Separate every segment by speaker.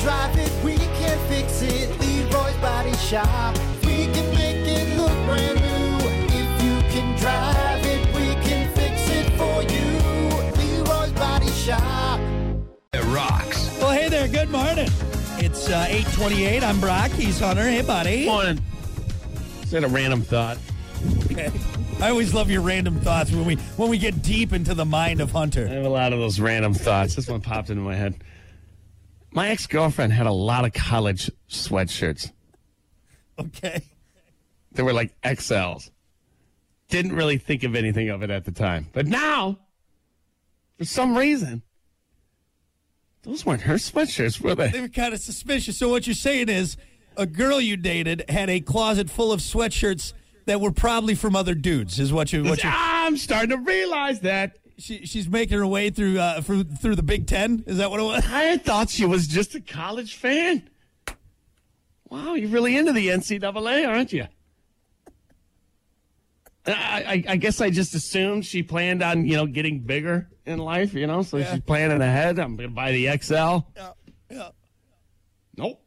Speaker 1: drive it, we can fix it. Leroy's Body Shop. We can make it look brand new. If you can drive it, we can fix it for you. Leroy's Body Shop.
Speaker 2: It rocks.
Speaker 3: Well, hey there. Good morning. It's uh, 828. I'm Brock. He's Hunter. Hey, buddy.
Speaker 2: Morning. Just had a random thought.
Speaker 3: Okay. I always love your random thoughts when we when we get deep into the mind of
Speaker 2: I
Speaker 3: Hunter.
Speaker 2: have a lot of those random thoughts. This one popped into my head. My ex girlfriend had a lot of college sweatshirts.
Speaker 3: Okay.
Speaker 2: They were like XLs. Didn't really think of anything of it at the time. But now, for some reason, those weren't her sweatshirts, were
Speaker 3: They
Speaker 2: they?
Speaker 3: were kind of suspicious. So what you're saying is a girl you dated had a closet full of sweatshirts that were probably from other dudes is what you what you
Speaker 2: I'm starting to realize that.
Speaker 3: she, she's making her way through uh through, through the Big 10. Is that what it was?
Speaker 2: I had thought she was just a college fan. Wow, you're really into the NCAA, aren't you? I, I, I guess I just assumed she planned on you know getting bigger in life, you know. So
Speaker 3: Yeah.
Speaker 2: she's planning ahead. I'm gonna buy the XL.
Speaker 3: Yeah. Yeah.
Speaker 2: Nope.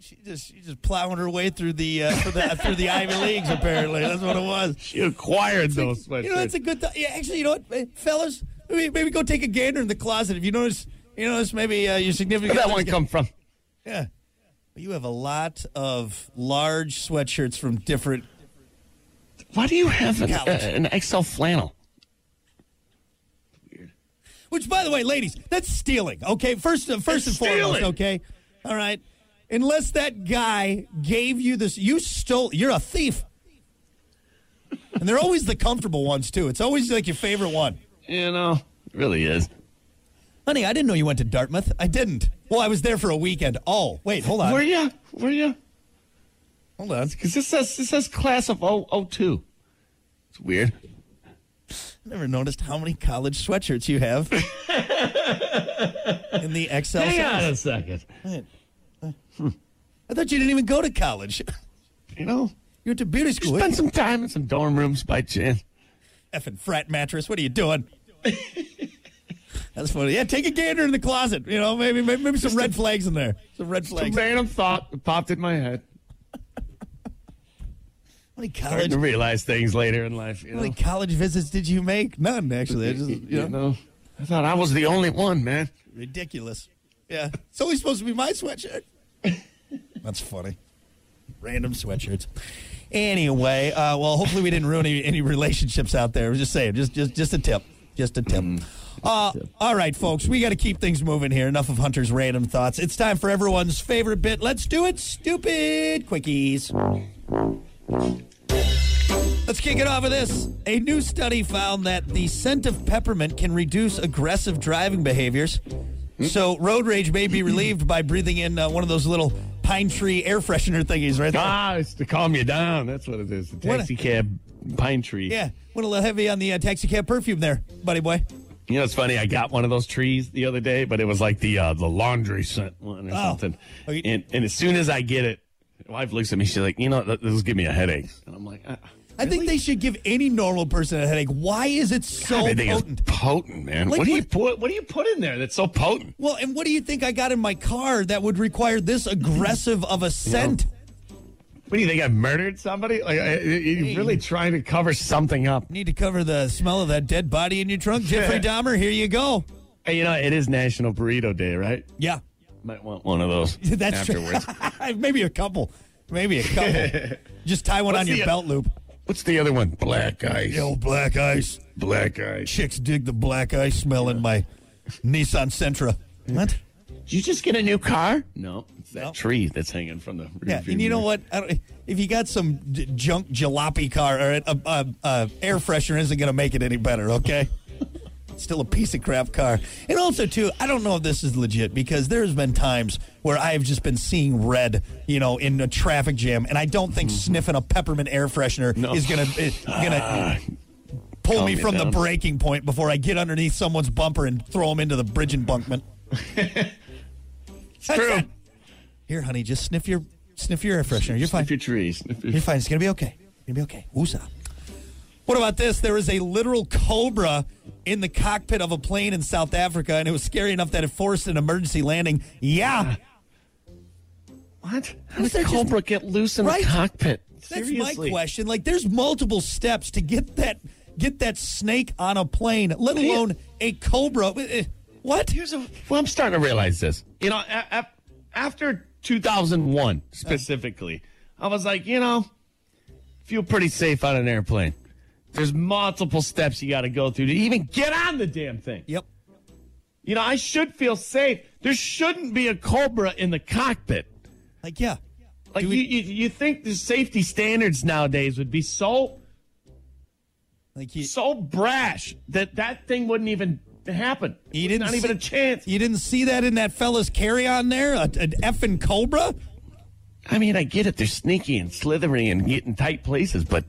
Speaker 3: She just she just plowing her way through the uh, through the, through the Ivy leagues. Apparently, that's what it was.
Speaker 2: She acquired those sweatshirts.
Speaker 3: You know, that's a good. Th- yeah, actually, you know what, eh, fellas, maybe, maybe go take a gander in the closet. If you notice, you notice maybe uh, your
Speaker 2: Where
Speaker 3: significant.
Speaker 2: that one come from?
Speaker 3: Yeah. You have a lot of large sweatshirts from different.
Speaker 2: Why do you have an,
Speaker 3: College.
Speaker 2: uh, an XL flannel?
Speaker 3: Which, by the way, ladies, that's stealing. Okay, first, uh, first
Speaker 2: It's
Speaker 3: and foremost.
Speaker 2: stealing.
Speaker 3: Okay, all right. Unless that guy gave you this, you stole. You're a thief. And they're always the comfortable ones too. It's always like your favorite one.
Speaker 2: You know, it really is.
Speaker 3: Honey, I didn't know you went to Dartmouth. I didn't. Well, I was there for a weekend. Oh, wait, hold on.
Speaker 2: Where you? Where you?
Speaker 3: Hold on.
Speaker 2: Because this says this says class of 002. It's weird.
Speaker 3: Never noticed how many college sweatshirts you have in the XL.
Speaker 2: Hang
Speaker 3: size.
Speaker 2: on a second.
Speaker 3: I thought you didn't even go to college.
Speaker 2: You know,
Speaker 3: You went to beauty
Speaker 2: you
Speaker 3: school.
Speaker 2: spend some time in some dorm rooms by chance.
Speaker 3: Effing frat mattress. What are you doing? That's funny. Yeah, take a gander in the closet. You know, maybe maybe, maybe some red flags in there. Some red
Speaker 2: A
Speaker 3: flags. How
Speaker 2: random thought that popped in my head.
Speaker 3: many
Speaker 2: Starting
Speaker 3: college?
Speaker 2: to
Speaker 3: How
Speaker 2: realize things later in life. You know,
Speaker 3: many college visits did you make? None, actually. I just, you know,
Speaker 2: I thought I was the only one, man.
Speaker 3: ridiculous. Yeah, it's only supposed to be my sweatshirt. That's funny. Random sweatshirts. Anyway, uh, well, hopefully we didn't ruin any, any relationships out there. I was just saying, just just just a tip, just a tip. Uh, all right, folks, we got to keep things moving here. Enough of Hunter's random thoughts. It's time for everyone's favorite bit. Let's do it, stupid quickies. Let's kick it off with this. A new study found that the scent of peppermint can reduce aggressive driving behaviors.
Speaker 2: Hmm?
Speaker 3: So road rage may be relieved by breathing in uh, one of those little pine tree air freshener thingies right there.
Speaker 2: Ah, it's to calm you down. That's what it is. The
Speaker 3: What a-
Speaker 2: taxi cab pine tree.
Speaker 3: Yeah, went a little heavy on the uh, taxi cab perfume there, buddy boy.
Speaker 2: You know, it's funny. I got one of those trees the other day, but it was like the uh, the laundry scent one or something.
Speaker 3: Oh, you-
Speaker 2: And, and as soon as I get it, my wife looks at me. She's like, you know, th- this will give me a headache. And I'm like, uh,
Speaker 3: I think they should give any normal person a headache. Why is it so
Speaker 2: I think
Speaker 3: potent?
Speaker 2: it's potent, man.
Speaker 3: Like
Speaker 2: what do
Speaker 3: what-
Speaker 2: you put? What do you put in there that's so potent?
Speaker 3: Well, and what do you think I got in my car that would require this aggressive of a scent?
Speaker 2: What do you think? I murdered somebody? Like, I, I- you're really trying to cover something up.
Speaker 3: Need to cover the smell of that dead body in your trunk, Jeffrey Dahmer. Here you go.
Speaker 2: Hey, you know, it is National Burrito Day, right?
Speaker 3: Yeah,
Speaker 2: Might want one of those
Speaker 3: that's true.
Speaker 2: afterwards.
Speaker 3: Maybe a couple. Maybe a couple. Just tie one
Speaker 2: What's
Speaker 3: on your
Speaker 2: the- uh,
Speaker 3: belt loop.
Speaker 2: What's the other one? Black ice.
Speaker 3: Yo, black ice.
Speaker 2: Black ice.
Speaker 3: Chicks dig the black ice smell in my Nissan Sentra. What?
Speaker 2: Did you just get a new car? No, it's that
Speaker 3: No.
Speaker 2: tree that's hanging from the.
Speaker 3: Yeah,
Speaker 2: rearview
Speaker 3: and you know
Speaker 2: mirror.
Speaker 3: what? I don't, if you got some j- junk jalopy car or a, a, a air freshener, isn't going to make it any better. Okay, It's still a piece of crap car. And also, too, I don't know if this is legit because there's been times where I have just been seeing red, you know, in a traffic jam, and I don't think sniffing a peppermint air freshener
Speaker 2: Mm-hmm. No.
Speaker 3: is going to is going to pull
Speaker 2: calm
Speaker 3: me
Speaker 2: you
Speaker 3: from the
Speaker 2: down.
Speaker 3: breaking point before I get underneath someone's bumper and throw them into the bridge embankment. That's
Speaker 2: true.
Speaker 3: it. Here, honey, just sniff your sniff your air freshener. You're fine.
Speaker 2: Sniff your trees. Sniff your-
Speaker 3: You're fine. It's gonna be okay. It's gonna be okay. Wooza. What about this? There is a literal cobra in the
Speaker 2: Ah,
Speaker 3: cockpit of a plane in South Africa, and it was scary enough that it forced an emergency landing. Yeah.
Speaker 2: What? How
Speaker 3: Is
Speaker 2: did
Speaker 3: there just-
Speaker 2: Cobra get loose in
Speaker 3: Right?
Speaker 2: the cockpit?
Speaker 3: That's
Speaker 2: Seriously.
Speaker 3: my question. Like, there's multiple steps to get that get that snake on a plane, let alone a cobra. Eh, eh, What?
Speaker 2: Here's a. Well, I'm starting to realize this. You know, a- a- after 2001 specifically, I was like, you know, feel pretty safe on an airplane. There's multiple steps you got to go through to even get on the damn thing.
Speaker 3: Yep.
Speaker 2: You know, I should feel safe. There shouldn't be a cobra in the cockpit.
Speaker 3: Like, yeah.
Speaker 2: Like
Speaker 3: Do we-
Speaker 2: you, you, you think the safety standards nowadays would be so
Speaker 3: Like you,
Speaker 2: so brash that that thing wouldn't even happen. There's
Speaker 3: You didn't
Speaker 2: not even a
Speaker 3: see-
Speaker 2: chance.
Speaker 3: you didn't see that in that fella's carry on there, a, an effing cobra.
Speaker 2: I mean, I get it. They're sneaky and slithery and get in tight places, but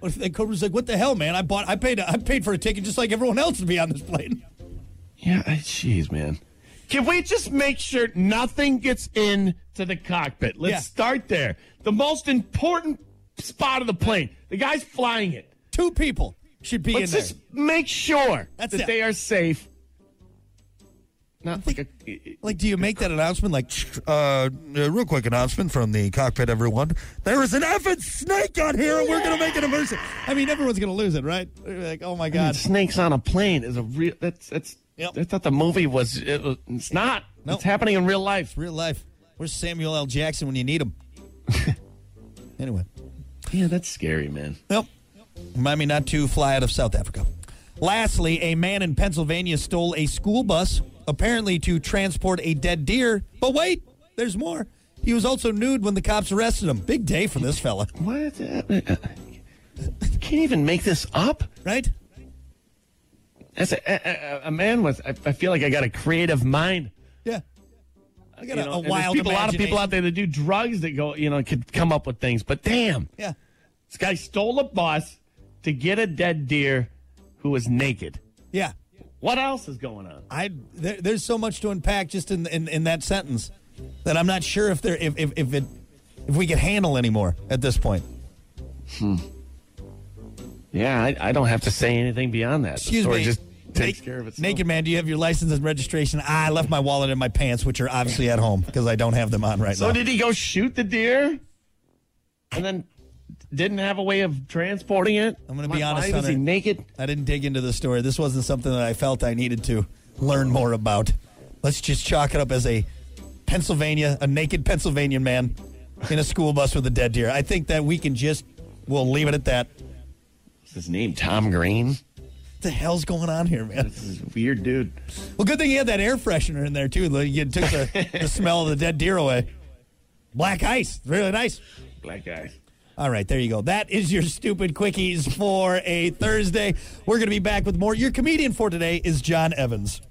Speaker 3: What if that cobra's like, what the hell, man? I bought, I paid, I paid for a ticket just like everyone else to be on this plane.
Speaker 2: yeah, I- jeez, man. Can we just make sure nothing gets in to the cockpit? Let's
Speaker 3: Yeah.
Speaker 2: start there. The most important spot of the plane. The guy's flying it.
Speaker 3: Two people should be
Speaker 2: Let's
Speaker 3: in there.
Speaker 2: just make sure
Speaker 3: That's
Speaker 2: that
Speaker 3: it.
Speaker 2: they are safe. Not like a,
Speaker 3: Like, do you make that announcement? Like, uh, real quick announcement from the cockpit, everyone. There is an effing snake on here, and we're gonna make an emergency. I mean, everyone's gonna lose it, right? They're Like, oh my
Speaker 2: I mean,
Speaker 3: god.
Speaker 2: snakes on a plane is a real. That's that's.
Speaker 3: Yep.
Speaker 2: I thought the movie was. It, was- it's not.
Speaker 3: Nope.
Speaker 2: It's happening in real life.
Speaker 3: Real life. Where's Samuel L. Jackson when you need him? anyway,
Speaker 2: Yeah, that's scary, man.
Speaker 3: nope. Remind me not to fly out of South Africa. Lastly, a man in Pennsylvania stole a school bus, apparently to transport a dead deer. But wait, there's more. He was also nude when the cops arrested him. Big day for this fella,
Speaker 2: What? is that? Can't even make this up.
Speaker 3: right?
Speaker 2: As a, a, a- a man with, I, I feel like I got a creative mind.
Speaker 3: Yeah. I got
Speaker 2: you
Speaker 3: a,
Speaker 2: know,
Speaker 3: a
Speaker 2: and there's
Speaker 3: wild
Speaker 2: people, a lot of people
Speaker 3: imagination.
Speaker 2: out there that do drugs that go, you know, could come up with things. But damn,
Speaker 3: Yeah.
Speaker 2: this guy stole a bus to get a dead deer who was naked.
Speaker 3: Yeah.
Speaker 2: What else is going on?
Speaker 3: I there, there's so much to unpack just in, in in that sentence that I'm not sure if there if if, if it if we could handle anymore at this point.
Speaker 2: Yeah, I, I don't have to say anything beyond that. The
Speaker 3: Excuse
Speaker 2: story
Speaker 3: me.
Speaker 2: just takes
Speaker 3: Naked-
Speaker 2: care of itself.
Speaker 3: Naked man, do you have your license and registration? I left my wallet in my pants, which are obviously at home because I don't have them on right
Speaker 2: So
Speaker 3: now.
Speaker 2: did he go shoot the deer, and then didn't have a way of transporting it?
Speaker 3: I'm gonna
Speaker 2: Why-
Speaker 3: be honest,
Speaker 2: Why was he
Speaker 3: Hunter.
Speaker 2: naked?
Speaker 3: I didn't dig into the story. This wasn't something that I felt I needed to learn more about. Let's just chalk it up as a Pennsylvania, a naked Pennsylvania man in a school bus with a dead deer. I think that we can just we'll leave it at that. What
Speaker 2: What's his name? Tom Green.
Speaker 3: the hell's going on here, man?
Speaker 2: This is a weird dude.
Speaker 3: Well, good thing you had that air freshener in there too. Like, You took the, the smell of the dead deer away. Black ice, really nice.
Speaker 2: Black guy.
Speaker 3: All right, there you go. That is your stupid quickies for a Thursday. We're going to be back with more. Your comedian for today is John Evans.